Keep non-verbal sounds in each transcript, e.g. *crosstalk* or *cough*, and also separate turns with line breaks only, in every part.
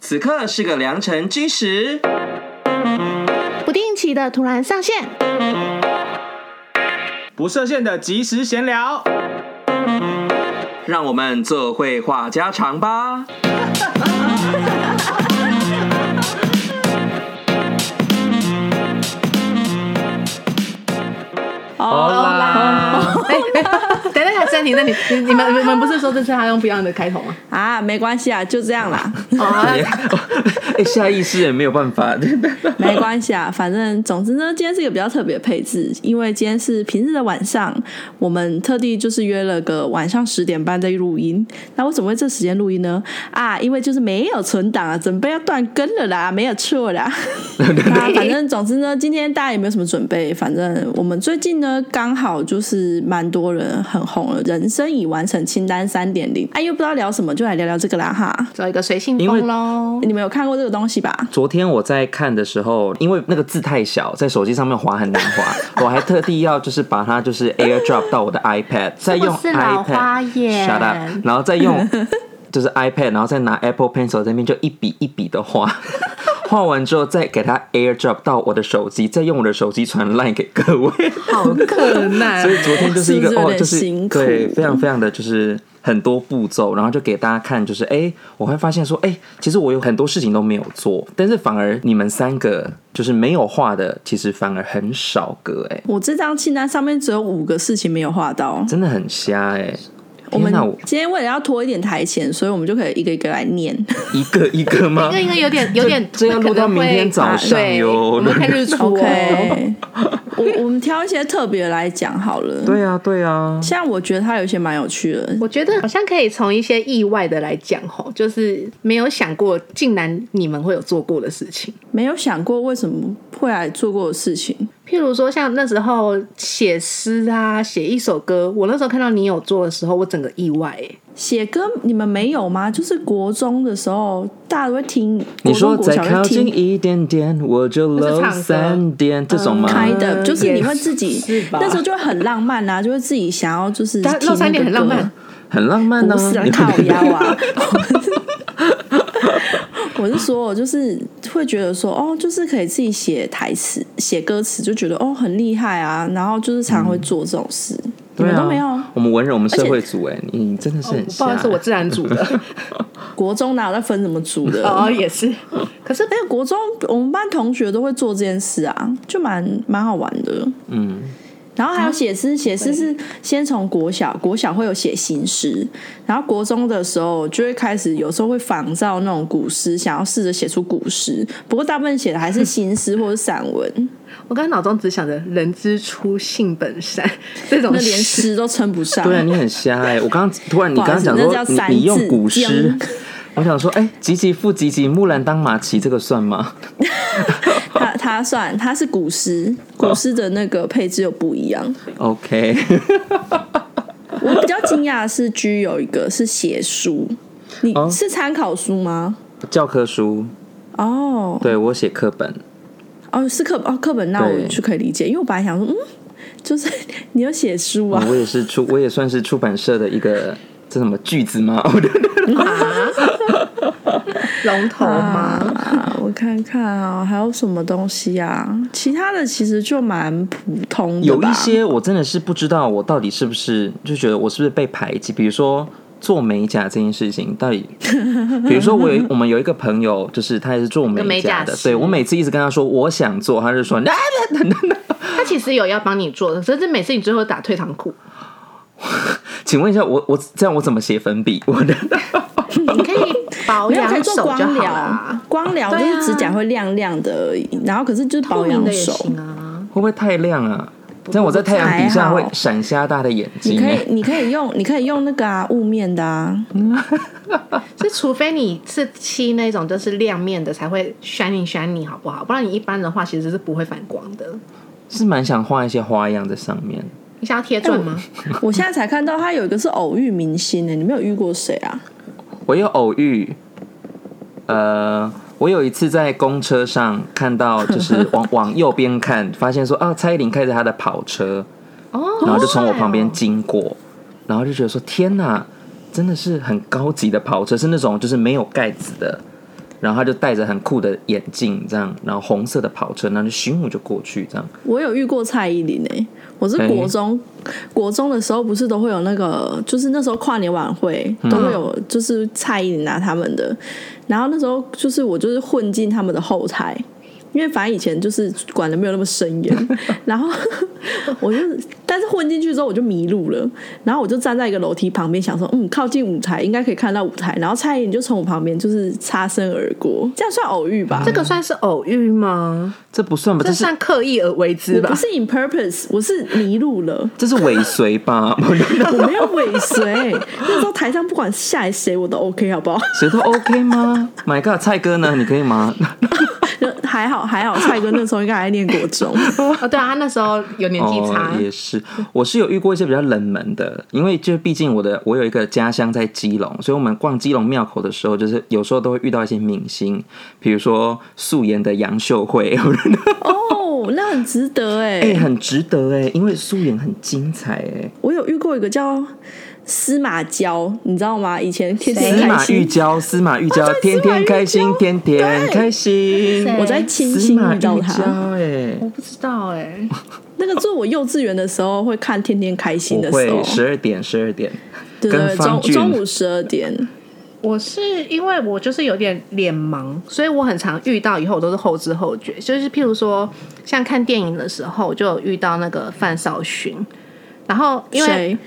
此刻是个良辰基时，
不定期的突然上线，
不设限的即时闲聊。
让我们做绘画家常吧。
*laughs* 好啦，
等等下暂停，那你你你们你们不是说这次他用不一样的开头吗？
啊，没关系啊，就这样啦，
哦，
*laughs* 哎、下意识也没有办法。
没关系啊， *laughs* 反正总之呢，今天是一个比较特别的配置，因为今天是平日的晚上，我们特地就是约了个晚上十点半再录音。那为什么会这时间录音呢？啊，因为就是没有存档啊，准备要断更了啦，没有错啦。 *laughs* 那反正总之呢，今天大家也没有什么准备，反正我们最近呢刚好就是蛮多人很红了，人生已完成清单三点零，哎，又不知道聊什么，就来聊聊这个啦哈。
做一个随性风喽。
你们有看过这个东西吧？
昨天我在看的时候，因为那个字太小，在手机上面滑很难
*laughs*
滑，我还特地要就是把它就是 AirDrop 到我的 iPad，再用
是老花
iPad
眼
shut up，然后再
*laughs*
用就是 iPad，然后再拿 Apple Pencil 这边就一笔一笔的
*laughs*
画。画完之后再给它 AirDrop 到我的手机，再用我的手机传 line 给各位。
好困难
所以昨天就是一个
啊是不是有
哦，
点
就是
辛苦
对，非常非常的就是很多步骤，然后就给大家看，就是哎、我会发现说，哎、其实我有很多事情都没有做，但是反而你们三个就是没有画的，其实反而很少个、哎，
我这张清单上面只有五个事情没有画到。
真的很瞎哎、
我
天
们
哪我
今天为了要拖一点台前，所以我们就可以一个一个来念。
一个一个吗
*laughs*
*laughs*
这？个应该有点有点，
这要录到明天早上
啊对
哟
我们看日出哦。
OK，我我们挑一些特别来讲好了。
对啊，对啊，
像我觉得它有一些蛮有趣的，
我觉得好像可以从一些意外的来讲吼，就是没有想过，竟然你们会有做过的事情。
没有想过为什么会来做过的事情。
譬如说，像那时候写诗啊，写一首歌，我那时候看到你有做的时候，我整个意外、欸。
写歌你们没有吗？就是国中的时候，大家都会听，
你说
国中
再
国小
靠
会
近
听
一点点，我就
那是
搂
唱歌
三点，这种吗？
嗯开的，就是你会自己
也是吧
那时候就会很浪漫啊，就会自己想要就是
但
听
露三
那
点
个
很浪
歌
漫，
很浪漫呢、
不是啊
你，们
靠
*laughs*
腰啊。我是说，我就是会觉得说，哦，就是可以自己写台词、写歌词，就觉得哦很厉害啊。然后就是常会做这种事，你
嗯对
们
啊，
都没有。哦
我们文人，我们社会组哎、你你真的是很、哎
不好意思，我自然组 *laughs* 的。
国中哪有在分什么组
*laughs*
的？
哦，也 *laughs* 是。可是
哎，国中我们班同学都会做这件事啊，就蛮蛮好玩的。
嗯，
然后还有写诗，写诗是先从国小，国小会有写新诗，然后国中的时候就会开始，有时候会仿照那种古诗，想要试着写出古诗，不过大部分写的还是新诗或者散文，
我刚才脑中只想着“人之初，性本善”这种
那连
诗
诗都称不上。
哦对啊，你很瞎哎、我刚刚突然，你
不好
刚
意
刚
思
讲
那叫
说
三
你你用
字
古
经
诗， *laughs* 我想说，哎、吉吉复吉吉，木兰当马骑，这个算吗？
它它算它是古诗，古诗的那个配置又不一样。
OK， *laughs*
我比较惊讶的是居有一个是写书，你
哦
是参考书吗？
教科书，
哦，
对我写课本，
哦，是课哦课本，那我
对
就可以理解，因为我本来想说，嗯，就是 *laughs* 你有写书啊，
嗯我也是出，我也算是出版社的一个这什么句子吗？ *laughs* 我的
龙头吗？
啊，我看看啊、还有什么东西啊？其他的其实就蛮普通的
有
吧
一些我真的是不知道，我到底是不是就觉得我是不是被排挤？比如说做美甲这件事情，到
*laughs*
底，比如说我有我们有一个朋友，就是他也是做
美
美
甲
的，
师
对我每次一直跟他说我想做，他就说 *laughs* 哎那那那那，
他其实有要帮你做的，只是每次你最后打退堂鼓。
请问一下，我我这样我怎么写粉笔？我的
你可以保
嗯 *laughs* 没有可以
养
做
手就
光
好
疗
啦，，
光疗就
对啊
是指甲会亮亮的而已，然后可是就是
透
保
明
养
的也
手。
行啊。
会不会太亮啊？这样我在太阳底
还
下
好
会闪瞎大家的眼
你
睛
可
欸。
以，你可以用，你可以用那个啊，雾面的啊，
是除非你是漆那种就是亮面的才会 shining shining 好不好？不然你一般的话其实是不会反光的。
是蛮想画一些花样在上面。
你想要贴钻吗？
我现在才看到他有一个是偶遇明星呢、欸你没有遇过谁啊？
我有偶遇，呃，我有一次在公车上看到，就是往往右边看，发现说啊，蔡依林开着她的跑车，
哎
哦，
然后就从我旁边
好帅哦
经过，然后就觉得说天哪，真的是很高级的跑车，是那种就是没有盖子的。然后他就戴着很酷的眼镜这样，然后红色的跑车，然后就咻我就过去这样。
我有遇过蔡依林诶、我是
哎
国中、国中的时候，不是都会有那个，就是那时候跨年晚会都会有，就是蔡依林拿啊他们的，然后那时候就是我就是混进他们的后台。因为反正以前就是管的没有那么森严，然后 *laughs* 我就，但是混进去之后我就迷路了，然后我就站在一个楼梯旁边，想说，嗯，靠近舞台应该可以看到舞台，然后蔡依林就从我旁边就是擦身而过，这样算偶遇吧？
这个算是偶遇吗？
这不算吧？这
这
是
算刻意而为之
我
吧
不？是 in purpose，我是迷路了。
这是尾随吧？ *laughs*
我没有尾随。那时候台上不管下来谁，我都 OK，好不 *laughs* 好？
谁都 OK 吗？My God，蔡哥呢？你可以吗？
还好还好，蔡哥那时候应该还在念国中，
哦，对啊，他那时候有年纪差
哦，，也是，我是有遇过一些比较冷门的，因为就毕竟我的我有一个家乡在基隆，所以我们逛基隆庙口的时候，就是有时候都会遇到一些明星，比如说素颜的杨秀慧，
哦，那很值得哎、
哎、很值得哎、因为素颜很精彩哎、
我有遇过一个叫司马娇，你知道吗？以前天天
司
开
马玉
心，
娇，司马玉娇，天天开心，天天开心。
我在青
司
青
马
遇
玉
到
娇
他。
哎，
我不知道哎，
那个是我幼稚园的时候会看《天天开心》
我
的时
会
候，
十二点十二点，
对对对，
跟方
中
俊
中午十二点。
我是因为我就是有点脸盲，所以我很常遇到以后我都是后知后觉，就是譬如说像看电影的时候，我就有遇到那个范少勋，然后因为
谁？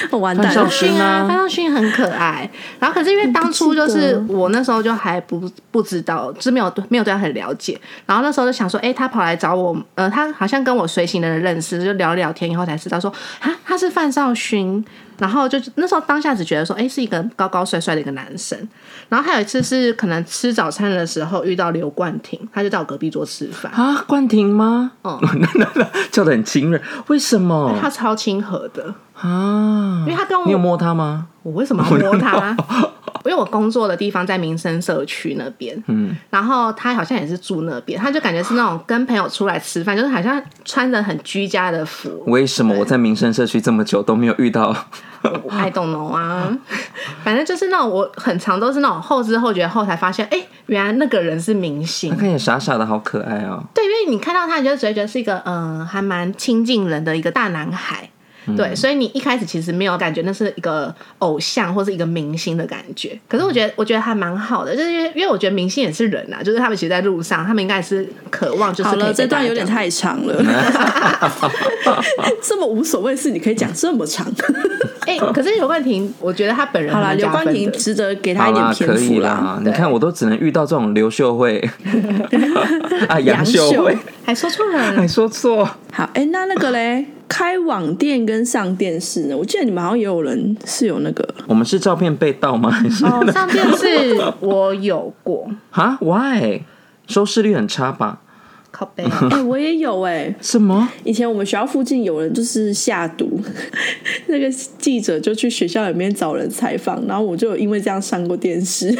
*laughs* 我完蛋
范少
了
范
勋！
少勋啊，范少勋很可爱。然后可是因为当初就是
我不记
我那时候就还不不知道，就是没有没有对他很了解。然后那时候就想说，哎、他跑来找我，呃，他好像跟我随行的人认识，就聊聊天以后才知道说，啊，他是范少勋。然后就那时候当下只觉得说，哎、是一个高高帅帅的一个男生。然后还有一次是可能吃早餐的时候遇到刘冠廷，他就在我隔壁桌吃饭，
啊，冠廷吗？ *laughs* 哎
哦，
叫的很亲热，为什
他
么
超亲和的，
啊
因？为他跟我
哦你有摸他吗？
我为什么要摸他？ *laughs* 因为我工作的地方在民生社区那边，嗯，然后他好像也是住那边，他就感觉是那种跟朋友出来吃饭，就是好像穿着很居家的服
为什么我在民生社区这么久都没有遇 *laughs* 到？
，I don't know 啊，反正就是那种我很常都是那种后知后觉后才发现，哎、原来那个人是明星
他，看起来傻傻的，好可爱 *laughs* 哦、
对，因为你看到他，你就只会觉得是一个嗯、呃还蛮亲近人的一个大男孩。对，所以你一开始其实没有感觉那是一个偶像或是一个明星的感觉，可是我觉得我觉得还蛮好的，就是因为因为我觉得明星也是人啊，就是他们其实在路上，他们应该也是渴望就是
好
可以
了，
被
这
大
段
家
有点
讲
太长了， *laughs* 这么无所谓的事你可以讲这么长。 *laughs*
哎、可是刘冠廷，我觉得他本人
好啦，
还蛮
刘
加
冠
分
廷
的
值得给他
好
一点
啦，
篇
可以
幅
啦。你
对
看，我都只能遇到这种刘秀慧 *laughs* 啊，杨秀慧，
还说错人了
还，说错。
好，哎、那那个 *laughs* 嘞，开网店跟上电视呢？我记得你们好像也有人是有那个
我们是照片被盗 *laughs* 吗？还是
哦，上电视我有过，
啊？Why？收视率很差吧？
靠背、
哎、我也有哎、
什么？
以前我们学校附近有人就是下毒， *laughs* 那个记者就去学校里面找人采访，然后我就有因为这样上过电视。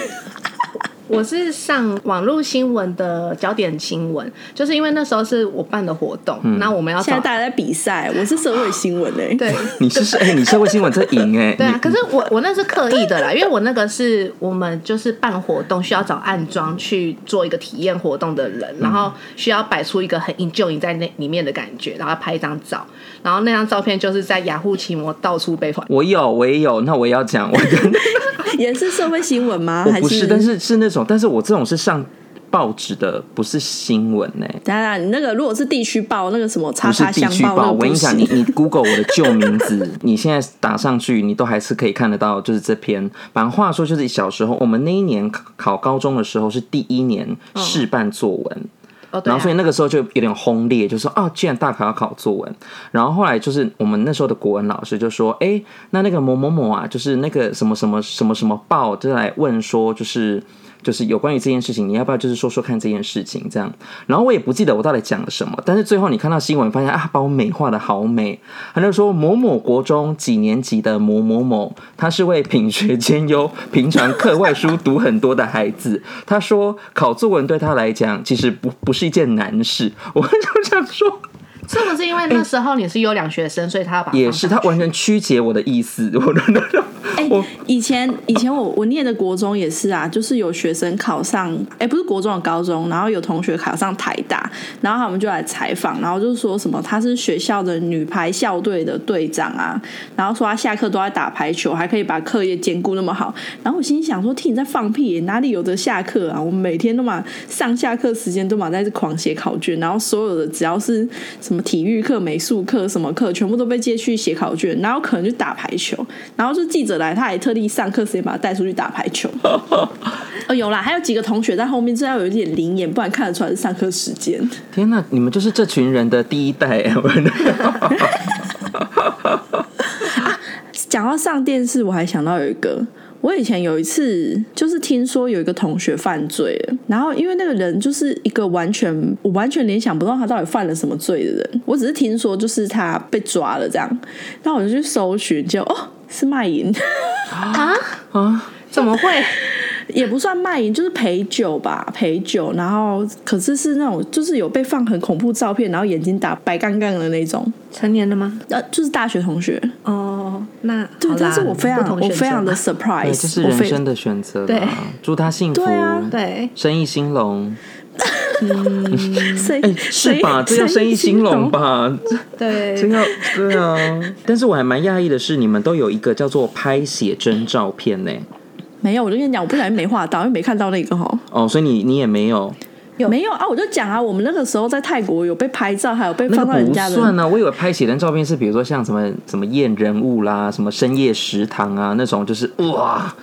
我是上网络新闻的焦点新闻，就是因为那时候是我办的活动，那、我们要
现在
找
大家在比赛，我是社会新闻哎、
对。
你是哎、你社会新闻在赢 *laughs* 哎、
对啊，
你
可是我我那是刻意的啦，因为我那个是我们就是办活动需要找暗装去做一个体验活动的人，然
嗯
后需要摆出一个很 enjoy 在那里面的感觉，然后拍一张照，然后那张照片就是在雅虎奇摩到处被传。
我有，我也有，那我也要讲，我跟
也是社会新闻吗？
我
还
不啊是，但是是那种，但是我这种是上报纸的，不是新闻哎、
当然，你那个如果是地区报，那个什么叉
不是
叉
地
乡
区
报，那
报，
个
我
不
跟你讲，你
行
你 Google 我的旧名字， *laughs* 你现在打上去，你都还是可以看得到，就是这篇。反正话说，就是小时候，我们那一年考考高中的时候是第一年试办作文，
哦，对、
然
啊
后，所以那个时候就有点轰烈，就说啊，既然大考要考作文，然后后来就是我们那时候的国文老师就说，哎、那那个某某某啊，就是那个什么什么什么什么报，就来问说，就是就是有关于这件事情，你要不要就是说说看这件事情这样？然后我也不记得我到底讲了什么，但是最后你看到新闻，发现啊，把我美化的好美，他就说某某国中几年级的某某某，他是位品学兼优、平常课外书读很多的孩子。他说考作文对他来讲其实不不是一件难事。我就想说，
是不是因为那时候你是优良学生，所以他要把它
哎也
放
是
上
他
去
完全曲解我的意思，我
哎、
我
以前以前我我念的国中也是啊，就是有学生考上，哎、不是国中，有高中，然后有同学考上台大，然后他们就来采访，然后就说什么他是学校的女排校队的队长啊，然后说他下课都在打排球，还可以把课业兼顾那么好，然后我心里想说，替你在放屁耶、哪里有的下课啊？我们每天都嘛上下课时间都嘛在这狂写考卷，然后所有的只要是什么体育课、美术课什么课，全部都被借去写考卷，然后可能就打排球，然后就记者来，他还特地上课时间把他带出去打排球。 *laughs* 哦，有啦，还有几个同学在后面，这要有一点灵眼，不然看得出来是上课时间。
天哪，你们就是这群人的第一代，
讲到上电视，我还想到有一个，我以前有一次就是听说有一个同学犯罪了，然后因为那个人就是一个完全我完全联想不到他到底犯了什么罪的人，我只是听说就是他被抓了这样，那我就去搜寻，就哦是卖淫，
啊怎么会？
也不算卖淫，就是陪酒吧，陪酒，然后可是是那种就是有被放很恐怖照片，然后眼睛打白杠杠的那种，
成年了吗？
呃，就是大学同学，
哦，那
对，
好啦
但是我非
不
常
同
我
选
非常的
择
surprise，
这是
我
人
非
生的选择
对
啦，祝他幸福，
对啊
对，
生意兴隆，
谁
哎，是吧？这
谁
要生意兴隆？吧？
*laughs*
对
真要对啊！但是我还蛮讶异的是，你们都有一个叫做拍写真照片呢。
没有，我就跟你讲，我不小心没画到，因为没看到那个哈。
哦，所以你你也没有，
没有啊，我就讲啊，我们那个时候在泰国有被拍照，还有被
那
放到
个
人
不
家的。
算啊。我以为拍写真照片是比如说像什么什么验人物啦、什么深夜食堂啊那种，就是哇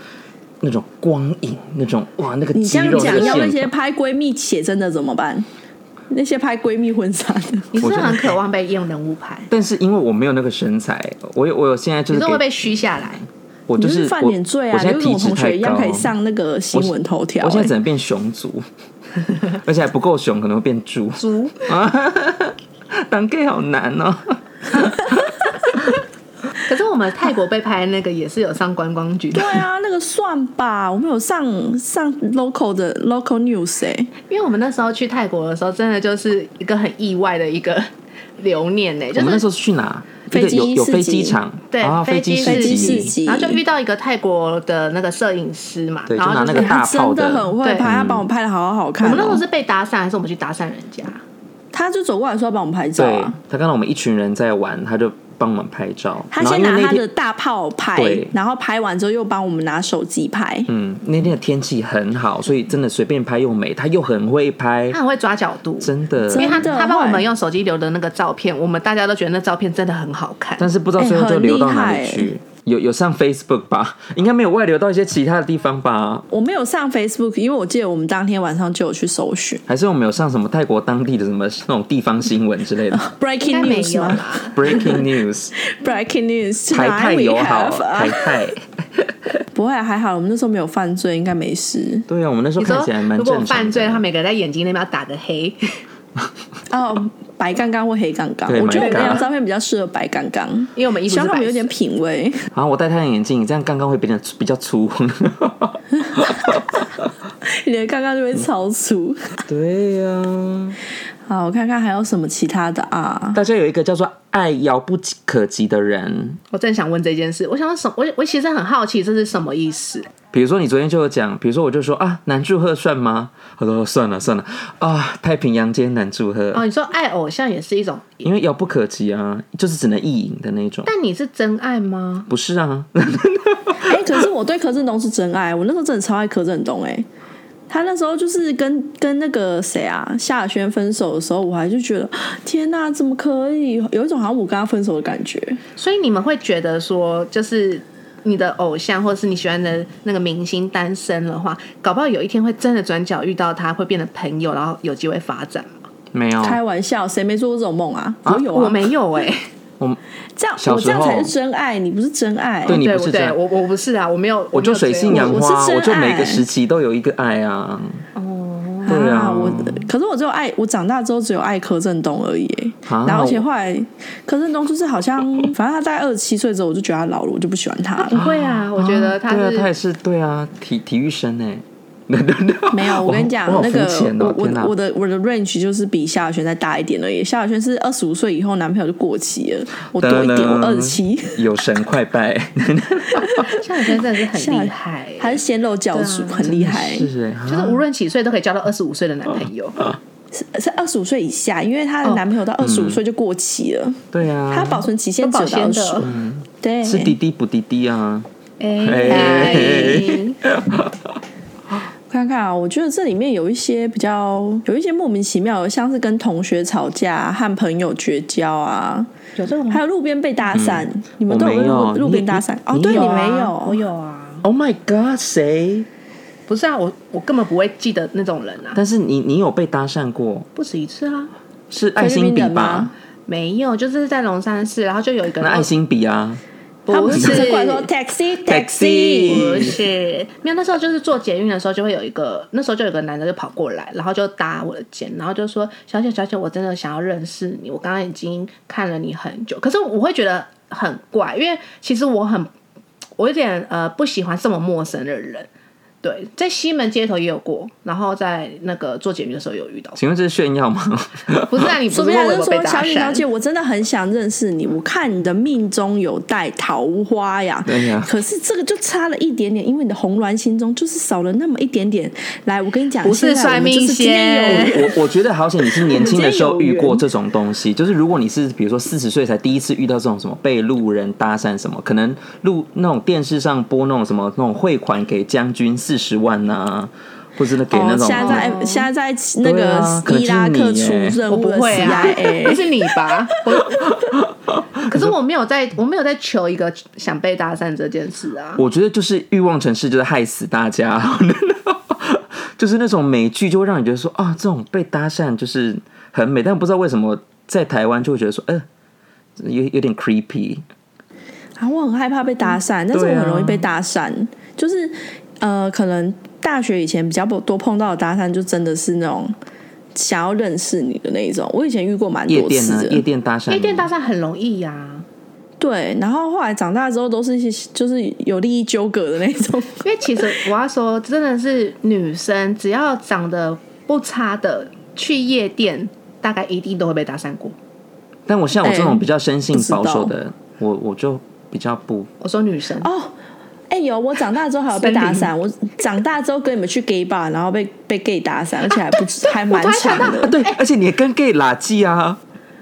那种光影，那种哇那个
你
肌
这
肉
样
那
讲，
个
要那些
线条。
拍闺蜜写真的怎么办？那些拍闺蜜婚纱的，
你是不
我
是
觉得哎
很渴望被用人物牌，
但是因为我没有那个身材，我有我有现在就
你
是
是
给
会
嗯
被虚下来？
我
你
就
就是
是
犯
我
点罪
我
啊！你
现
就
在
跟
体
我
脂
同
太
学一样，可以
高啊
上那个新闻头条、
我现在
哎
只能变熊
*laughs*
族，而且还不够熊，可能会变猪。
猪
*laughs* 当 gay 好难哦。
可是我们泰国被拍那个也是有上观光局的，
对啊，那个算吧，我们有上上 local 的 local news 哎、
因为我们那时候去泰国的时候，真的就是一个很意外的一个 *laughs* 留念呢、
我
就
们那
是
时候是去哪？
飞
一个
机
有有
市
飞机
集
场，
对
啊，
飞
机
机
市
市
集飞机市
集，
集
然后就遇到一个泰国的那个摄影师嘛，
对
然
就拿
后
那
是
个大
欸他
炮的嗯
真很会
对
拍，他帮我拍的好好
我
看、
们那时
哦
候是被搭讪，还是我们去搭讪人家？
他就走过来说要帮我们拍照
对
啊。
他看到我们一群人在玩，他就帮我们拍照。
他
然后
先
因为
拿
那
他
天
的大炮拍
对，
然后拍完之后又帮我们拿手机拍。
嗯，那天的天气很好，所以真的随便拍又美，他又很会拍
他，很会抓角度，
真的。
因为他
啊真的
他帮我
会
们用手机留的那个照片，我们大家都觉得那照片真的很好看。
但是不知道最后
哎
就
很
流到
厉
哪里
害
去，有有上 Facebook 吧？应该没有外流到一些其他的地方吧？
我没有上 Facebook，因为我记得我们当天晚上就有去搜寻
还是我们有上什么泰国当地的什么那种地方新闻之
*laughs*
类的
breaking
应该没
news
有啊啦
吗
breaking
*laughs*
news，
*laughs* ？breaking news，
台泰
we
友好，
have 啊
台泰。
不会还好，我们那时候没有犯罪，应该没事。
对啊，我们那时候
你
看
说
起来蛮
如
正
果
常的。
犯罪，他每个人在眼睛那边要打个黑， *laughs*
哦，白杠杠或黑杠杠，
对
我觉得我
白
那
杠
张
杠
照片比较适合白杠杠，
因为我们衣服是
希望他
白
们
色
有点品味。 *laughs*
好，我戴太阳眼镜，这样刚刚会变得比较
*laughs*
粗。
你的杠杠就会超粗。
对呀、
好，我看看还有什么其他的啊？
大家有一个叫做“爱遥不可及”的人，
我正想问这件事，我想说什我我其实很好奇这是什么意思。
比如说你昨天就有讲，比如说我就说啊，南柱赫算吗？他说算了算了啊，太平洋间南柱赫，
哦，你说爱偶像也是一种，
因为遥不可及啊，就是只能意淫的那种。
但你是真爱吗？
不是啊，
哎、可是我对柯震东是真爱，我那时候真的超爱柯震东哎、他那时候就是跟跟那个谁啊夏亚轩分手的时候，我还就觉得 *gasps* 天呐，怎么可以？有一种好像我跟他分手的感觉。
所以你们会觉得说，就是你的偶像或者是你喜欢的那个明星单身的话，搞不好有一天会真的转角遇到他，会变成朋友，然后有机会发展吗。
没有，
开玩笑，谁没做过这种梦啊？我有啊，
我没有
*laughs*
哎、
我
这样，
小
我这样
时候
才是真爱，你不是真爱。
对你
对
不是这
对，
样，
我我不是啊，我没有，
我就
没有
水性啊
追
杨
我
花，
是
我就
真爱
每个时期都有一个爱啊。哦，对
啊，
啊，
我可是我只有爱，我长大之后只有爱柯震东而已欸。
啊
然后而且后来柯震东就是好像，反正他大概二十七岁之后，我就
啊
觉得他老了，我就不喜欢他了。
不会啊，我觉得他
对啊，他也是
是
对啊，体体育生哎、
*laughs* 没有，我跟你讲
我好，
那
肤
个
浅哦
我我
天哪
的我的我的 range 就是比萧亚轩再大一点而已。萧亚轩是二十五岁以后男朋友就过期了，我多一点，我二十七，
有神快
*laughs*
拜，
夏雨轩真的是很
夏
厉害，
他是鲜肉教主，
对啊
很厉害。
*laughs* 是哎、
就是无论几岁都可以交到二十五岁的男朋友。
啊
是二十五岁以下，因为她
哦
的男朋友到二十
嗯
五岁就过期了，
对啊，
她、保存期限
都
只有
保
到
鲜
二
的
十。对，
是滴滴不滴滴啊，
哎，
我看看啊，我觉得这里面有一些比较有一些莫名其妙的，像是跟同学吵架、和朋友绝交啊，
有这种
还有路边被搭讪，你
嗯
们
我
都
没有啊
路路边
你
搭讪
你
哦？
你
对，
有
你
啊
没
我
有，
有啊，
Oh my god，谁？
不是啊，我我根本不会记得那种人啊，
但是你你有被搭讪过？
不止一次啊，
是爱心笔
菲律宾人
吧
吗？
没有，就是在龙山寺，然后就有一个
那
人
爱心笔啊，
他
不
们
是
只是过来说 taxi
Taxi
taxi，
不是，没有。那时候就是坐捷运的时候，就会有一个，那时候就有个男的就跑过来，然后就搭我的肩，然后就说：“小姐，小姐，我真的想要认识你，我刚刚已经看了你很久。”可是我会觉得很怪，因为其实我很，我有点呃不喜欢这么陌生的人。对，在西门街头也有过，然后在那个坐捷运的时候有遇到过。
请问这是炫耀吗？ *laughs*
不是啊，你
说
不是问我
不定他就
有没有
说：“
被
小
搭
雨小
讪
姐，？我真的很想认识你。我看你的命中有带桃花呀，
对啊呀
可是这个就差了一点点，因为你的红鸾心中就是少了那么一点点。来，我跟你讲，
不是
现在我们
算命
就是今天有
先
我我觉得好险，
*laughs*
你是年轻的时候遇
我
过
们
这种东西。就是如果你是比如说四十岁才第一次遇到这种什么被路人搭讪什么，可能路那种电视上播那种什么那种汇款给将军四十万呐、啊，或者是给那
哦，
种、
现在在现在在那
对啊
个伊拉
可
克
能
出
是你耶
任
嗯我
务
不
的
会啊， *laughs* 不
CIA，
是你吧？我可是我没有在，我没有在求一个想被搭讪这件事啊。
我觉得就是欲望城市，就是害死大家， *laughs* 就是那种美剧就会让你觉得说啊，这种被搭讪就是很美，但不知道为什么在台湾就会觉得说，呃，有有点 creepy，
啊，我很害怕被搭讪，但是我
对啊
很容易被搭讪，就是呃，可能大学以前比较不多碰到的搭讪，就真的是那种想要认识你的那一种。我以前遇过蛮
夜
多啊
店呢、
次
夜
的，
店搭讪，啊
夜店搭讪很容易啊呀、
对。然后后来长大之后，都是一些就是有利益纠葛的那种。
因为其实我要说，真的是女生只要长得不差的，去夜店大概一定都会被搭讪过。
但我像我这
哎
种比较生性
不知
保守
道
的，我我就比较不
我说女生，
哦，哎、有我长大之后还有被搭
森
讪，我长大之后跟你们去 gay bar，然后被被 gay 搭讪，而且还不止，还蛮
突然想
长
到
的
啊，对，而且你也跟 gay 拉近啊，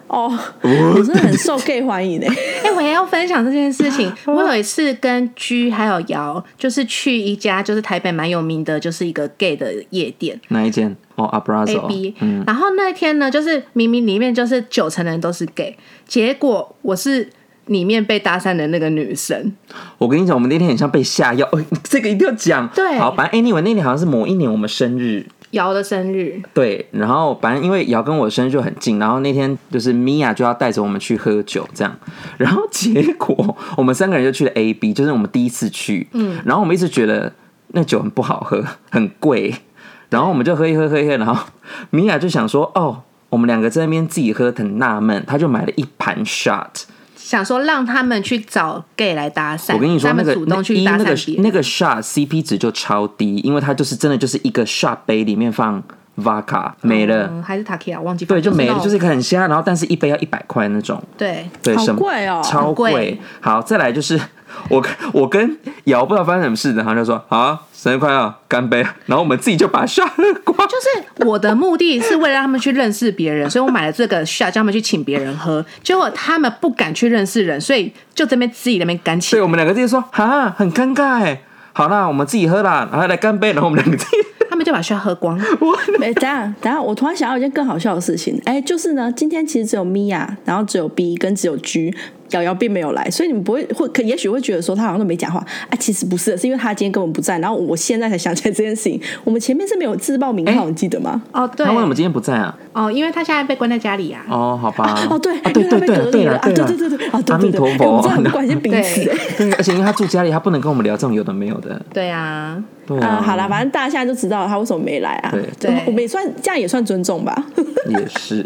哦，我真的很受 gay 欢 *laughs* 迎
*laughs*
诶、欸
哎、我也要分享这件事情。 *laughs* 我有一次跟居还有瑶，就是去一家就是台北蛮有名的，就是一个 gay 的夜店，
哪一件？哦嗯 a b r a z
A
o
B，、然后那天呢，就是明明里面就是九成的人都是 gay，结果我是里面被搭讪的那个女生，
我跟你讲，我们那天很像被下药， *laughs* 哦，这个一定要讲。
对
好，反正 anyway 那年好像是某一年我们生日，
瑶的生日，
对，然后反正因为瑶跟我生日就很近，然后那天就是米娅就要带着我们去喝酒这样，然后结果我们三个人就去了 A B，就是我们第一次去，嗯，然后我们一直觉得那酒很不好喝，很贵，然后我们就喝一喝喝一喝，然后米娅就想说，哦，我们两个在那边自己喝很纳闷，她就买了一盘 shot，
想说让他们去找 gay 来搭讪，
我跟你说，
他
那
们
个
主动
那
去
一
搭
那个
讪别人。
那个 shot CP 值就超低，因为它就是真的就是一个 shot 杯里面放 vodka 没了。
嗯，还是 Takia 忘记
对，
反正
就没
那
了，
种
就是一个很瞎，然后但是一杯要一百块那种，
对，
对，
好
什么
贵哦
超
贵
贵。好，再来就是 *laughs* 我跟我跟瑶不知道发生什么事，然后就说好啊，生日快乐，干杯，然后我们自己就把 shot 喝
*laughs*
光，
就是我的目的是为了让他们去认识别人，所以我买了这个 shot 叫他们去请别人喝，结果他们不敢去认识人，所以就这边自己在那边干
对
请。
我们两个自己说哈，很尴尬哎，好啦，我们自己喝啦，然后来干杯，然后我们两个自
*laughs*
己。
他们就把 shot
*laughs*
喝光，
哎、等一下等一下，我突然想到一件更好笑的事情，哎、就是呢，今天其实只有米娅，然后只有 B 跟只有 G，瑶瑶并没有来，所以你们不会会可也许会觉得说她好像都没讲话，啊，其实不是的，是因为她今天根本不在，然后我现在才想起来这件事情，我们前面是没有自报名号，
哎
你记得吗？
哦对
他为什么今天不在啊？
哦，因为他现在被关在家里啊，
哦，好吧。
*laughs* 哦，对，
啊，
因
对
为她
对
被
对
隔
对
离了，
啦
啊，对
啦
对对对，啊，对
阿弥
对
陀
对，哎
佛
我们这。样很关心彼此
对。
哎
*laughs* 对，而且因为他住家里，他不能跟我们聊这种有的没有的。
对啊，
对
啊、
啊，
好啦，反正大家现在就知道他为什么没来啊。
对
对
我们也算这样也算尊重吧。
也是。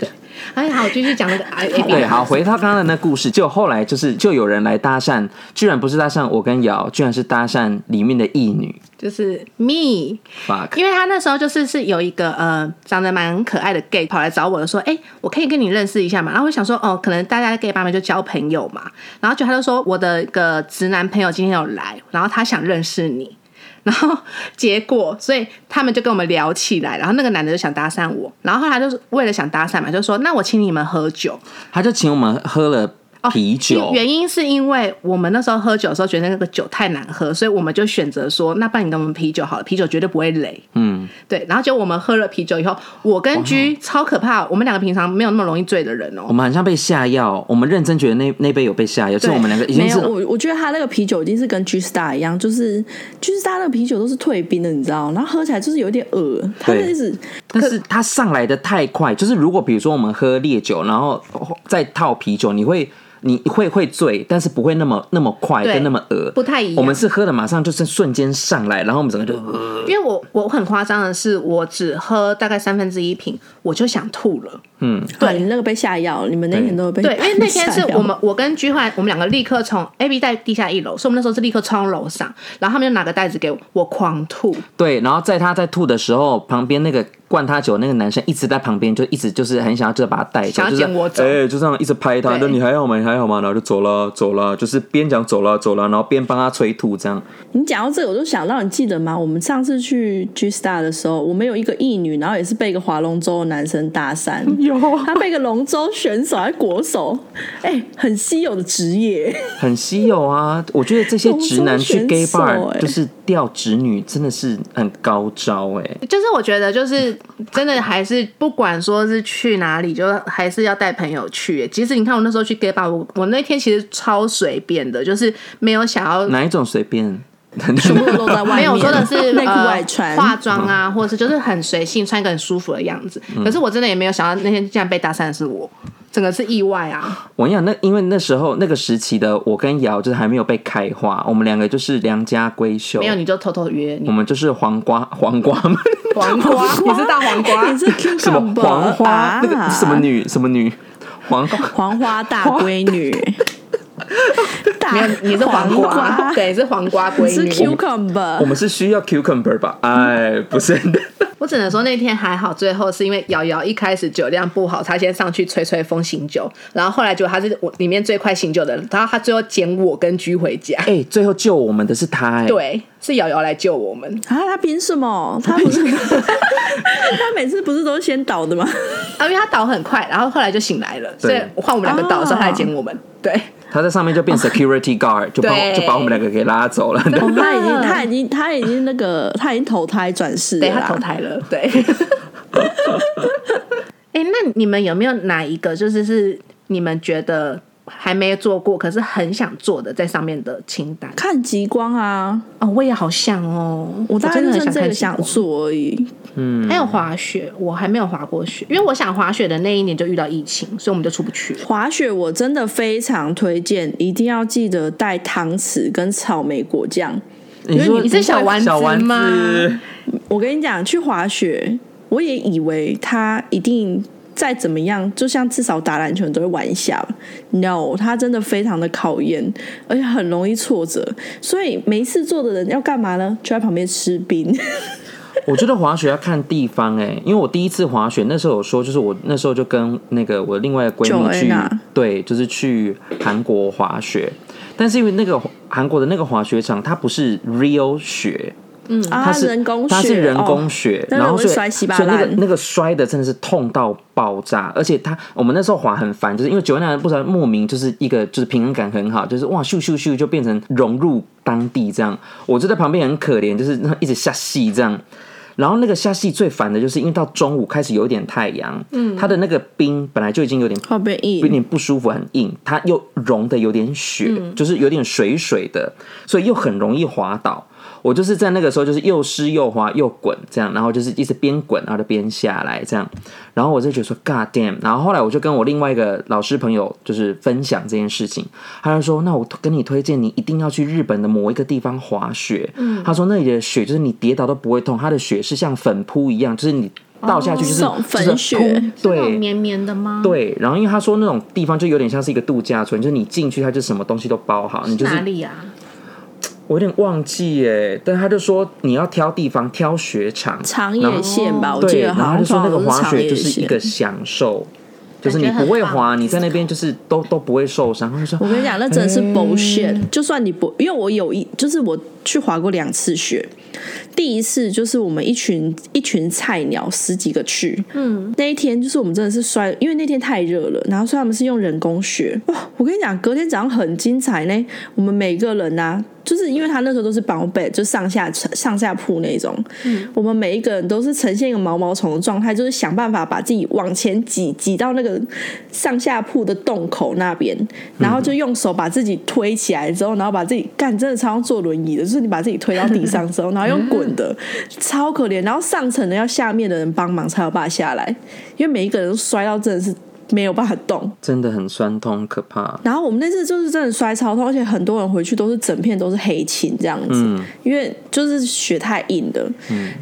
哎，好，继续讲那个 A
对，
B，
好，回到刚刚的那故事，就后来就是就有人来搭讪，居然不是搭讪我跟瑶，居然是搭讪里面的义女
就是 me，
fuck，
因为他那时候就是是有一个呃长得蛮可爱的 gay 跑来找我了，说：“哎、我可以跟你认识一下嘛？”然后我想说：“哦，可能大家 gay 爸妈就交朋友嘛。”然后就他就说：“我的一个直男朋友今天有来，然后他想认识你。”然后结果，所以他们就跟我们聊起来，然后那个男的就想搭讪我，然后后来就是为了想搭讪嘛，就说：“那我请你们喝酒。”
他就请我们喝了啤酒，
原哦因是因为我们那时候喝酒的时候觉得那个酒太难喝，所以我们就选择说，那不然你给我们啤酒好了，啤酒绝对不会累。
嗯，哦
对，然后结果我们喝了啤酒以后，我跟居超可怕，我们两个平常没有那么容易醉的人哦、
我们好像被下药，我们认真觉得那那杯有被下药，就是我们两个已
没
经
有，
是
我我觉得他那个啤酒一定是跟 G Star 一样，就是 G Star 那个啤酒都是退冰的，你知道，然后喝起来就是有点恶，他就
对
一直
但是它上来的太快，就是如果比如说我们喝烈酒，然后再套啤酒，你会你会会醉，但是不会那么那么快
对
跟那么鹅，
不太一样
我们是喝了马上就是瞬间上来，然后我们整个就、呃
因为我我很夸张的是，我只喝大概三分之一瓶，我就想吐了。
嗯，
对啊你那个被下药，你们那天都有被
对，因为那天是
*laughs* 下药
我们我跟居焕，我们两个立刻从 A B 在地下一楼，所以我们那时候是立刻冲楼上，然后他们就拿个袋子给我，我狂吐。
对。然后在他在吐的时候，旁边那个灌他酒那个男生一直在旁边，就一直就是很想要就把他带走，
想要
就是
捡我走
哎、就这样一直拍他，
对
说你还好吗？你还好吗？然后就走了走了，就是边讲走了走了，然后边帮他催吐这样。
你讲到这个，我就想到你记得吗？我们上次去 G Star 的时候，我们有一个义女，然后也是被一个划龙舟的男生搭
*laughs*
讪，有他被一个龙舟选手，还国手，哎、很稀有的职
*laughs*
业。
很稀有啊！我觉得这些直男去
哎
龙舟选
gay
手
bar
欸
就是钓直女，真的是很高招哎、
就是我觉得，就是真的还是不管说是去哪里，就还是要带朋友去耶。即使你看我那时候去 gay bar，我我那天其实超随便的，就是没有想要。
哪一种随便？
全部都嗯在外面，
没有，我说的是
内裤
呃
外穿，嗯
化妆啊，或者是就是很随性，穿一个很舒服的样子。可是我真的也没有想到那天竟然被搭讪的是我，整个是意外啊！
*laughs* 我跟你讲，那因为那时候那个时期的我跟瑶就是还没有被开化，我们两个就是良家闺秀，
没有你就偷偷约
我
*laughs*
你
们就是黄瓜黄瓜们
黄瓜，你是大黄瓜
你，是 Q
什么
cucumber
黄花、
啊
那个什么女什么女黄
黄花大闺女，大
没有 *laughs* 你是黄
*laughs*
瓜，
瓜，
对，你是黄瓜
你
闺
是
女。
*laughs* 我
cucumber。
们是需要 cucumber 吧？哎，不是
我只能说那天还好，最后是因为瑶瑶一开始酒量不好，她先上去吹吹风醒酒，然后后来就她是我里面最快醒酒的人，然后她最后捡我跟居回家。
哎、最后救我们的是他哎、
对，是瑶瑶来救我们
啊，他凭什么？他
*laughs*
不是他每次不是都是先倒的吗？
啊，因为她倒很快，然后后来就醒来了，所以换我们两个倒的时候，她来捡我们。对，
他在上面就变 security guard，就把我
对
就把我们两个给拉走了。
哦，他
*laughs*
已经他已经他已经那个他已经投胎转世了
啊
啊
对，
啦，
她投胎了。 *laughs* 对。哎、那你们有没有哪一个就是是你们觉得还没做过，可是很想做的在上面的清单？
看极光啊！
哦，我也好想哦，
我大概
真
就
的很
剩这
看
个
极
想
光
做而已。
还有滑雪，我还没有滑过雪，因为我想滑雪的那一年就遇到疫情，所以我们就出不去了。
滑雪我真的非常推荐，一定要记得带糖匙跟草莓果酱。
你
因为
说
你是小丸子
小丸子
吗
我跟你讲，去滑雪，我也以为他一定再怎么样，就像至少打篮球你都会玩一下。No，他真的非常的考验，而且很容易挫折。所以没事做的人要干嘛呢？就在旁边吃冰。
我觉得滑雪要看地方哎、因为我第一次滑雪那时候有说，就是我那时候就跟那个我另外的闺蜜去
Joanna，
对，就是去韩国滑雪，但是因为那个韩国的那个滑雪场它不是 real 雪，
啊，
嗯它是、
人工雪，
它是人工
哦
雪，
那
然后
容易
所以
摔稀巴
所以那个
烂
那个摔的真的是痛到爆炸，而且它我们那时候滑很烦，就是因为九南不知道莫名就是一个就是平衡感很好，就是哇咻咻咻就变成融入当地这样，我就在旁边很可怜，就是那一直下戏这样。然后那个下戏最烦的就是，因为到中午开始有一点太阳，嗯，它的那个冰本来就已经有点
会被
有
硬。
点不舒服，很硬，它又融的有点雪，
嗯
就是有点水水的，所以又很容易滑倒。我就是在那个时候，就是又湿又滑又滚这样，然后就是一直边滚，然后就边下来这样，然后我就觉得说 God damn，然后后来我就跟我另外一个老师朋友就是分享这件事情，他就说那我跟你推荐你一定要去日本的某一个地方
嗯
滑雪，他说那里的雪就是你跌倒都不会痛，它的雪是像粉扑一样，就是你倒下去就是
哦
就是
粉雪
砰
那种
对。
绵绵的吗？，
对，然后因为他说那种地方就有点像是一个度假村，就是你进去，它就什么东西都包好，你就是
哪里啊？
我有点忘记耶，但他就说你要挑地方，挑雪场，
长野县吧，我记
嗯对，
得
然
好
后他就
像
说那个
通常
滑
都
雪就
是长野
是一个
县。
享受，就是
感
你
觉很
不会滑，
棒
你在那边就是都都不会受伤。他就说啊
我跟你讲，那真的是 bullshit。就算你不，因为我有一，就是我去滑过两次雪。第一次就是我们一群一群菜鸟十几个去，嗯，那一天就是我们真的是摔，因为那天太热了，然后所以他们是用人工雪。哇，我跟你讲，隔天早上很精彩呢。我们每个人呐、就是因为他那时候都是绑被，就上下上下铺那种，我们每一个人都是呈现一个毛毛虫的状态，就是想办法把自己往前挤，挤到那个上下铺的洞口那边，然后就用手把自己推起来之后，然后把自己干，真的超像坐轮椅的，就是你把自己推到地上之后，然后用滚的，超可怜。然后上层的要下面的人帮忙才有办法下来，因为每一个人都摔到真的是没有办法动。
真的很酸痛可怕，
然后我们那次就是真的摔超痛，而且很多人回去都是整片都是黑青这样子，
嗯
因为就是雪太硬了。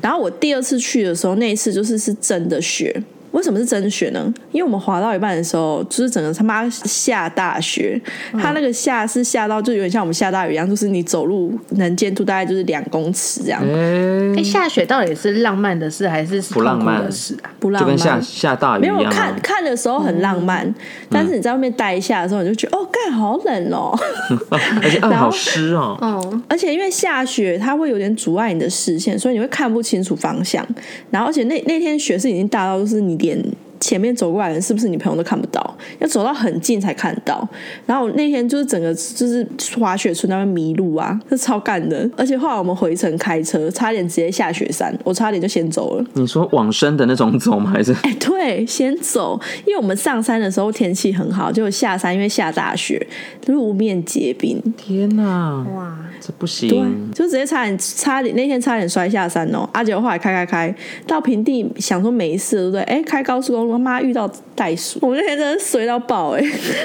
然后我第二次去的时候，那一次就是是真的雪。为什么是真雪呢？因为我们滑到一半的时候，就是整个他妈下大雪，
嗯
它那个下是下到就有点像我们下大雨一样，就是你走路能见度大概就是两公尺这样，
哎、
哎，下雪到底是浪漫的事还是
不浪漫
痛苦的事啊？
不浪
就
漫。
跟下下大雨
没
一
有我
样、
看
啊。嗯
看的时候很浪漫，但是你在外面待一下的时候，你就觉得、哦，干好冷哦。
*laughs* 而且啊，
*laughs* 然后
好
嗯
湿哦、
哦，
而且因为下雪，它会有点阻碍你的视线，所以你会看不清楚方向。然后，而且那那天雪是已经大到，就是你连前面走过来的人是不是你朋友都看不到，要走到很近才看到。然后我那天就是整个就是滑雪村那边迷路啊，这超干的。而且后来我们回程开车，差点直接下雪山，我差点就先走了。
你说往生的那种走吗？还是
*laughs* 哎，对，先走，因为我们上山的时候天气很好，结果下山因为下大雪，路面结冰。
天哪、
哇，
这不
对，啊
行！
就直接差点差点那天差点摔下山哦。阿、啊、九后来开开开到平地，想说没事，对不对？哎，开高速公路，妈遇到袋鼠，我那天真的衰到爆哎、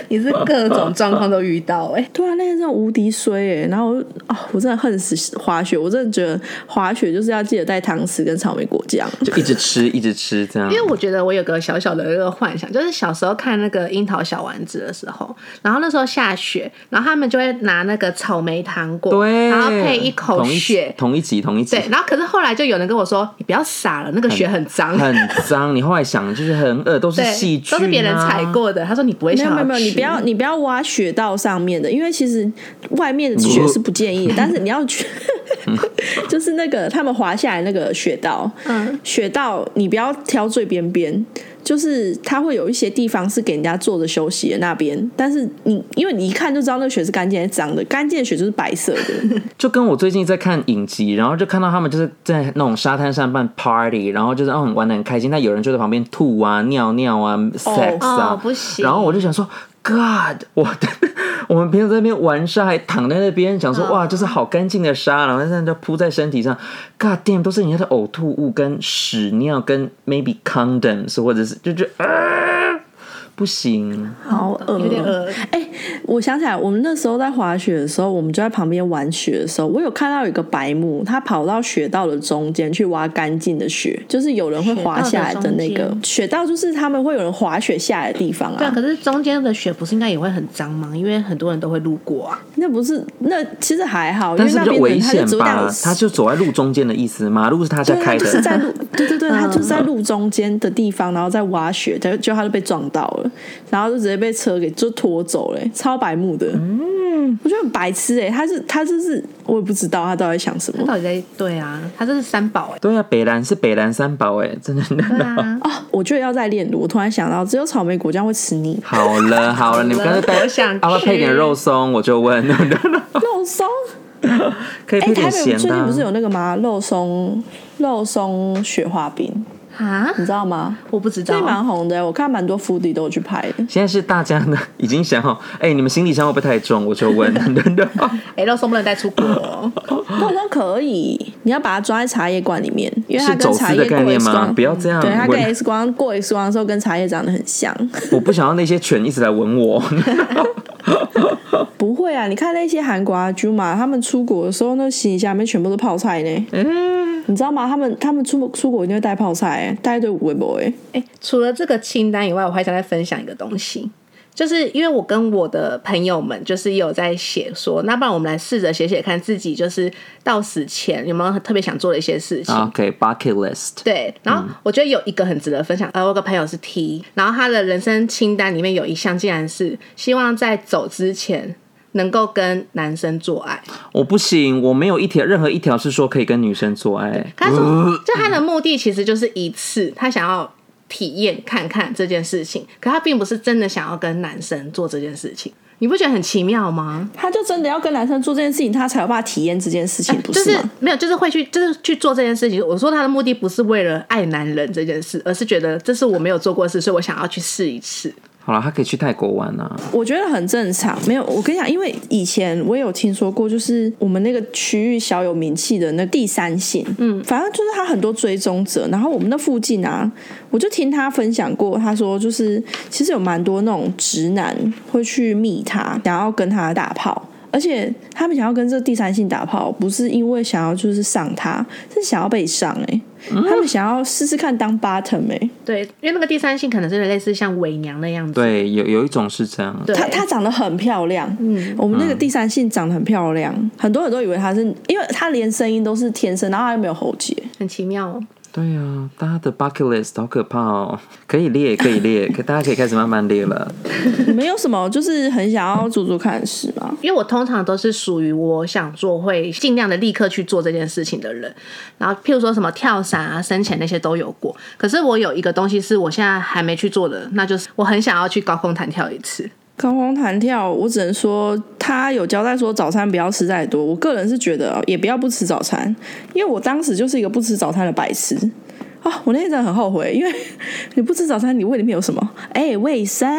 你是各种状况都遇 *laughs* 到哎、
*laughs* 对啊，那天真的无敌衰哎、然后我就啊、我真的恨死滑雪，我真的觉得滑雪就是要记得带糖匙跟草莓果酱。
就一直吃，一直吃这样
因。为我觉得我有个小小的一个幻想，就是小时候看那个樱桃小丸子的时候，然后那时候下雪，然后他们就会拿那个草莓糖果，
对，
然后配一口
同
雪，
同一集，同一集，
对，然后可是后来就有人跟我说，你不要傻了，那个雪很脏，
很脏。你后来想，就是很恶，都是
*laughs* 对
细菌、啊，
都是别人踩。过的。他说你不会
没有
想
没有没有，
吃
你不要你不要挖雪道上面的，因为其实外面的雪是不
*laughs*
建议的，但是你要去， *laughs* 就是那个他们滑下来那个雪道，
嗯，
雪道你不要挑最边边，就是它会有一些地方是给人家坐着休息的那边，但是你因为你一看就知道那个雪是干净还是脏的，干净的雪就是白色的，
就跟我最近在看影集，然后就看到他们就是在那种沙滩上办 party，然后就是嗯玩的很开心，但有人就在旁边吐啊、尿尿啊、sex 啊，
哦不行
然后我就想说，God，我我们平时在那边玩沙，还躺在那边想
嗯
说、哇，就是好干净的沙，然后现在就铺在身体上，God damn，都是人家的呕吐物、跟屎尿、跟 maybe condoms，或者是就就啊，不行，
*laughs* 好恶，
有点恶。
哎、我想起来，我们那时候在滑雪的时候，我们就在旁边玩雪的时候，我有看到有一个白目，他跑到雪道的中间去挖干净的雪，就是有人会滑下来的那
雪道的
个
中
雪道，就是他们会有人滑雪下来的地方
对啊，
啊。
可是中间的雪不是应该也会很脏吗？因为很多人都会路过啊。
那不是那其实还好，因
但
为
是
那
比较
边的
危
人他就
险
只会这
吧
样，
他就走在路中间的意思，马路是他家
对，他
开
就
的，嗯
是在
*laughs*
路，对对对，他就是在路中间的地方，然后在挖雪，就就他就被撞到了，然后就直接被车给就拖走了、超白目的。嗯，我觉得很白痴哎、他是他就是我也不知道他到底在想什么
他。到底在对啊？他这是三宝哎、
对啊，北兰是北兰三宝哎，真的。。
对啊，
啊，我觉得要再炼乳。我突然想到，只有草莓果酱会吃腻
*laughs* 好了好了，你们刚才带，
我想
要不要配
吃
点肉松？我就问， *laughs*
肉松，
哦可以
哎、
配
台
点
北
咸
最
的
近
啊
不。是有那个吗？肉松，肉松雪花冰，
啊，
你知道吗？
我不知
最
啊
道
近。蛮红的，我看蛮多福迪都有去拍的。
现在是大家呢已经想好， *laughs* 哎，你们行李箱会不会太重？我就
*laughs*
问，真的。
哎、肉松不能带出国、哦，
肉松可以，你要把它装在茶叶罐里面，因为它
是
跟
走
茶
私
叶
的
过
概念
X
吗？
光
不，要这样
对，它跟
闻，
X 光过 X 光的时候跟茶叶长得很像。 *laughs*
我不想要那些犬一直来闻我。 *laughs*
不会啊，你看那些韩国阿舅嘛，他们出国的时候，那行李箱里面全部都泡菜呢。
嗯
你知道吗？他们他们出出国一定会带泡菜、欸，带一堆五味博哎。
*coughs* 哎、除了这个清单以外，我还想再分享一个东西，就是因为我跟我的朋友们就是也有在写说，那不然我们来试着写写看自己就是到死前有没有特别想做的一些事
啊
情。
OK，bucket list。
对，然后我觉得有一个很值得分享，呃，我有个朋友是 T，然后他的人生清单里面有一项竟然是希望在走之前能够跟男生做爱。
我不行，我没有一条任何一条是说可以跟女生做哎爱。
他说，就他的目的其实就是一次，他想要体验看看这件事情，可他并不是真的想要跟男生做这件事情，你不觉得很奇妙吗？
他就真的要跟男生做这件事情，他才有办法体验这件事
啊
情，不
就是是
吗？
没有，就是会去，就是去做这件事情。我说他的目的不是为了爱男人这件事，而是觉得这是我没有做过的事，所以我想要去试一次。
好了，他可以去泰国玩啊。
我觉得很正常。没有，我跟你讲，因为以前我有听说过，就是我们那个区域小有名气的那第三性，嗯，反正就是他很多追踪者。然后我们那附近啊，我就听他分享过，他说就是其实有蛮多那种直男会去密他，想要跟他打炮。而且他们想要跟这个第三性打炮，不是因为想要就是上他，是想要被上哎、欸他们想要试试看当 bottom 哎、欸
对，因为那个第三性可能是类似像伪娘那样子。
对，有有一种是这样。
对，
她她长得很漂亮，嗯，我们那个第三性长得很漂亮，很多人都以为她是，因为她连声音都是天生，然后她又没有喉
*laughs*
结，
很奇妙哦。
对啊，大家的 bucket list 好可怕哦，可以列，可以列， *laughs* 可大家可以开始慢慢列了。
你们有什么就是很想要做做看的事吗？
因为我通常都是属于我想做会尽量的立刻去做这件事情的人，然后譬如说什么跳伞啊、深潜那些都有过。可是我有一个东西是我现在还没去做的，那就是我很想要去高空弹跳一次。
高空弹跳，我只能说她有交代说早餐不要吃太多，我个人是觉得也不要不吃早餐，因为我当时就是一个不吃早餐的白痴。啊、我那天真的很后悔，因为 *laughs* 你不吃早餐，你胃里面有什么？哎、胃 *laughs* 酸。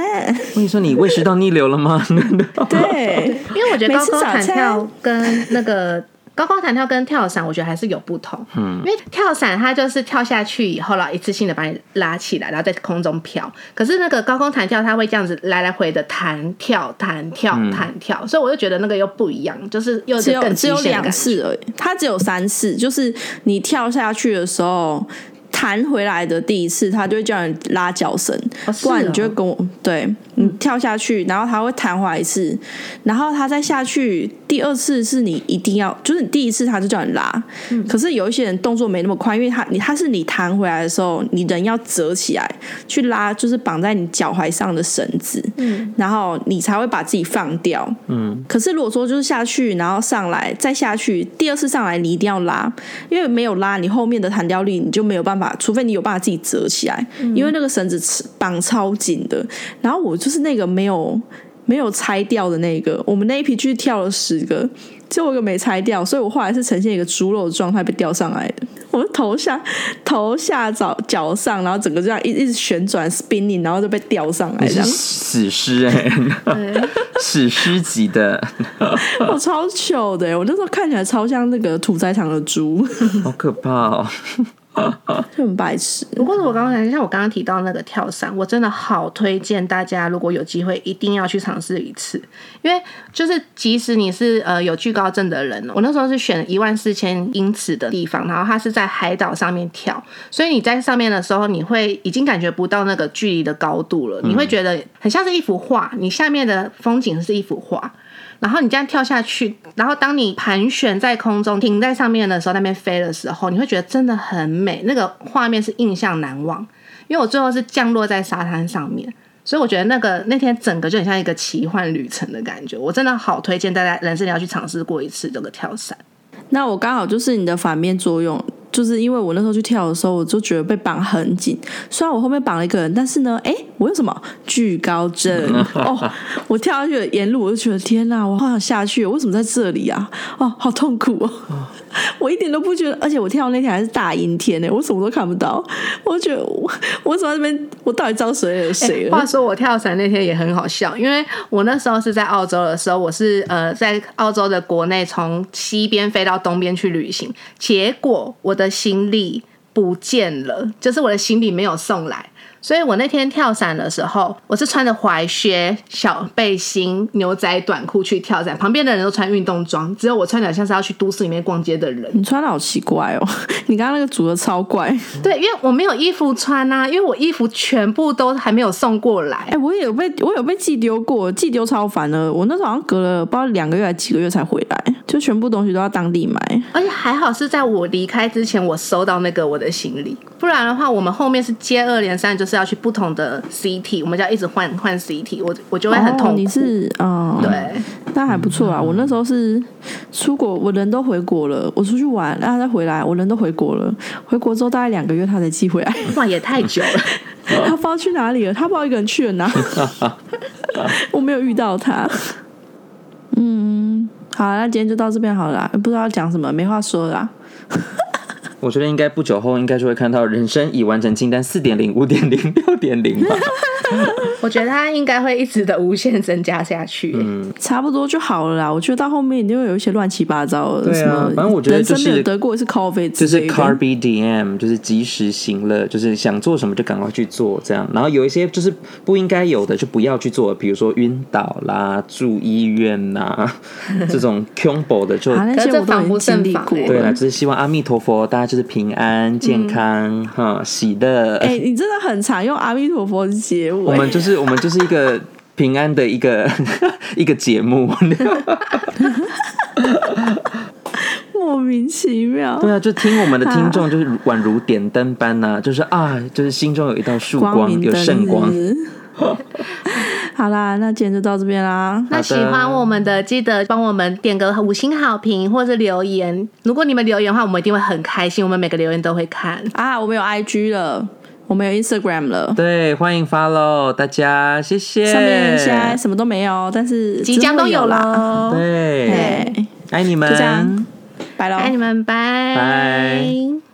我跟你说，你胃食道逆流了
*laughs*
吗？ *laughs*
对，
*laughs* 因为我觉得
每
高
次
空
早
弹
餐
跳跟那个。 *laughs* 高空弹跳跟跳伞，我觉得还是有不同。嗯，因为跳伞它就是跳下去以后啦，然后一次性的把你拉起来，然后在空中飘。可是那个高空弹跳，它会这样子来来回的弹跳、弹跳、弹跳，所以我就觉得那个又不一样，就是又
只
是
有
更
只
极
有
限的
两
感觉。
次而已，它只有三次，就是你跳下去的时候。弹回来的第一次，它就会叫你拉脚绳，
哦是
不然你
哦嗯
就会跟我对你跳下去，然后它会弹回来一次，然后它再下去第二次是你一定要，就是你第一次它就叫你拉，
嗯
可是有一些人动作没那么快，因为他你他是你弹回来的时候，你人要折起来去拉，就是绑在你脚踝上的绳子，嗯，然后你才会把自己放掉，可是如果说就是下去，然后上来，再下去，第二次上来你一定要拉，因为没有拉，你后面的弹跳力你就没有办法，除非你有办法自己折起来，因为那个绳子绑超紧的。然后我就是那个没有没有拆掉的那个，我们那一批去跳了十个，只有我一个没拆掉，所以我后来是呈现一个猪肉的状态被吊上来的。我的头下头下脚脚上，然后整个这样一一直旋转 spinning，然后就被吊上来
你
这
是
样。
死尸哎、 *laughs* 史诗级的，
我 *laughs* 超糗的耶，我那时候看起来超像那个屠宰场的猪，
好可怕哦。 *laughs*
就很白痴。
不过我刚才像我刚刚提到那个跳伞，我真的好推荐大家，如果有机会一定要去尝试一次，因为就是即使你是呃有惧高症的人哦，我那时候是选一万四千英尺的地方，然后它是在海岛上面跳，所以你在上面的时候，你会已经感觉不到那个距离的高度了，你会觉得很像是一幅画，你下面的风景是一幅画。然后你这样跳下去，然后当你盘旋在空中停在上面的时候，那边飞的时候，你会觉得真的很美，那个画面是印象难忘。因为我最后是降落在沙滩上面，所以我觉得那个那天整个就很像一个奇幻旅程的感觉。我真的好推荐大家，人生要去尝试过一次这个跳伞。
那我刚好就是你的反面作用，就是因为我那时候去跳的时候，我就觉得被绑很紧。虽然我后面绑了一个人，但是呢，哎，我有什么惧高症
*laughs*
哦？我跳下去的沿路我就觉得天哪，我好想下去哦，为什么在这里啊？哦，好痛苦哦！我一点都不觉得，而且我跳那天还是大阴天呢，我什么都看不到。我就觉得我我怎么在那边，我到底招谁惹谁了？
哎话说我跳伞那天也很好笑，因为我那时候是在澳洲的时候，我是呃在澳洲的国内从西边飞到东边去旅行，结果我的行李不见了，就是我的行李没有送来。所以我那天跳伞的时候，我是穿着踝靴、小背心、牛仔短裤去跳伞，旁边的人都穿运动装，只有我穿的像是要去都市里面逛街的人。
你穿的好奇怪哦， *laughs* 你刚刚那个组的超怪。
对，因为我没有衣服穿啊，因为我衣服全部都还没有送过来
哎、。我也有被我有被寄丢过，寄丢超烦的。我那时候好像隔了不知道两个月还几个月才回来，就全部东西都要当地买。
而且还好是在我离开之前，我收到那个我的行李，不然的话，我们后面是接二连三，就是要去不同的 CT，我们就要一直换换 CT，我我就会很痛苦。
哦、你是嗯，
对，
那还不错啊。我那时候是出国，我人都回国了，我出去玩，然后再回来，我人都回国了。回国之后大概两个月，他才寄回来。
哇，也太久了。 *laughs*
他不知道去哪里了，他不知道一个人去了哪。我没有遇到他。嗯，好啊，那今天就到这边好了啊，不知道要讲什么，没话说了啊。
我觉得应该不久后应该就会看到人生已完成清单四点零、五点零、六点零吧。
我觉得它应该会一直的无限增加下去。
差不多就好了啦。我觉得到后面一定会有一些乱七八糟的，
对啊
什么
反正我觉得就
人
是
生没有得过一次 COVID，
就
之
是
类的
Carb DM，就是及时行乐，就是想做什么就赶快去做这样。然后有一些就是不应该有的就不要去做，比如说晕倒啦、住医院呐、这
*laughs*
种 combo 的就
啊，那
可是
些
这
我都已
仿
经
佛
经历
正
过
反欸
对啦，啊
了。
就是希望阿弥陀佛，大家就是平安、健康、哈、喜乐。
哎、你真的很常用阿弥陀佛结尾，
我们就是我们就是一个平安的一个 *laughs* 一个节
*laughs*
目。
莫名其妙。
对啊，就听我们的听
啊
众就是宛如点灯般呐、就是啊，就是心中有一道曙
光
光，
明
有
灯
圣光。
是不是 *laughs* 好啦，那今天就到这边啦。
那喜欢我们的，记得帮我们点个五星好评或者留言。如果你们留言的话，我们一定会很开心，我们每个留言都会看。
啊，我们有 IG 了，我们有 Instagram 了。
对，欢迎 follow 大家，谢谢。
上面现在什么都没有，但是
即将都
之后
有
有啦。
喽，
对，
对，
爱你们，
就这样拜喽，
爱你们，拜
拜。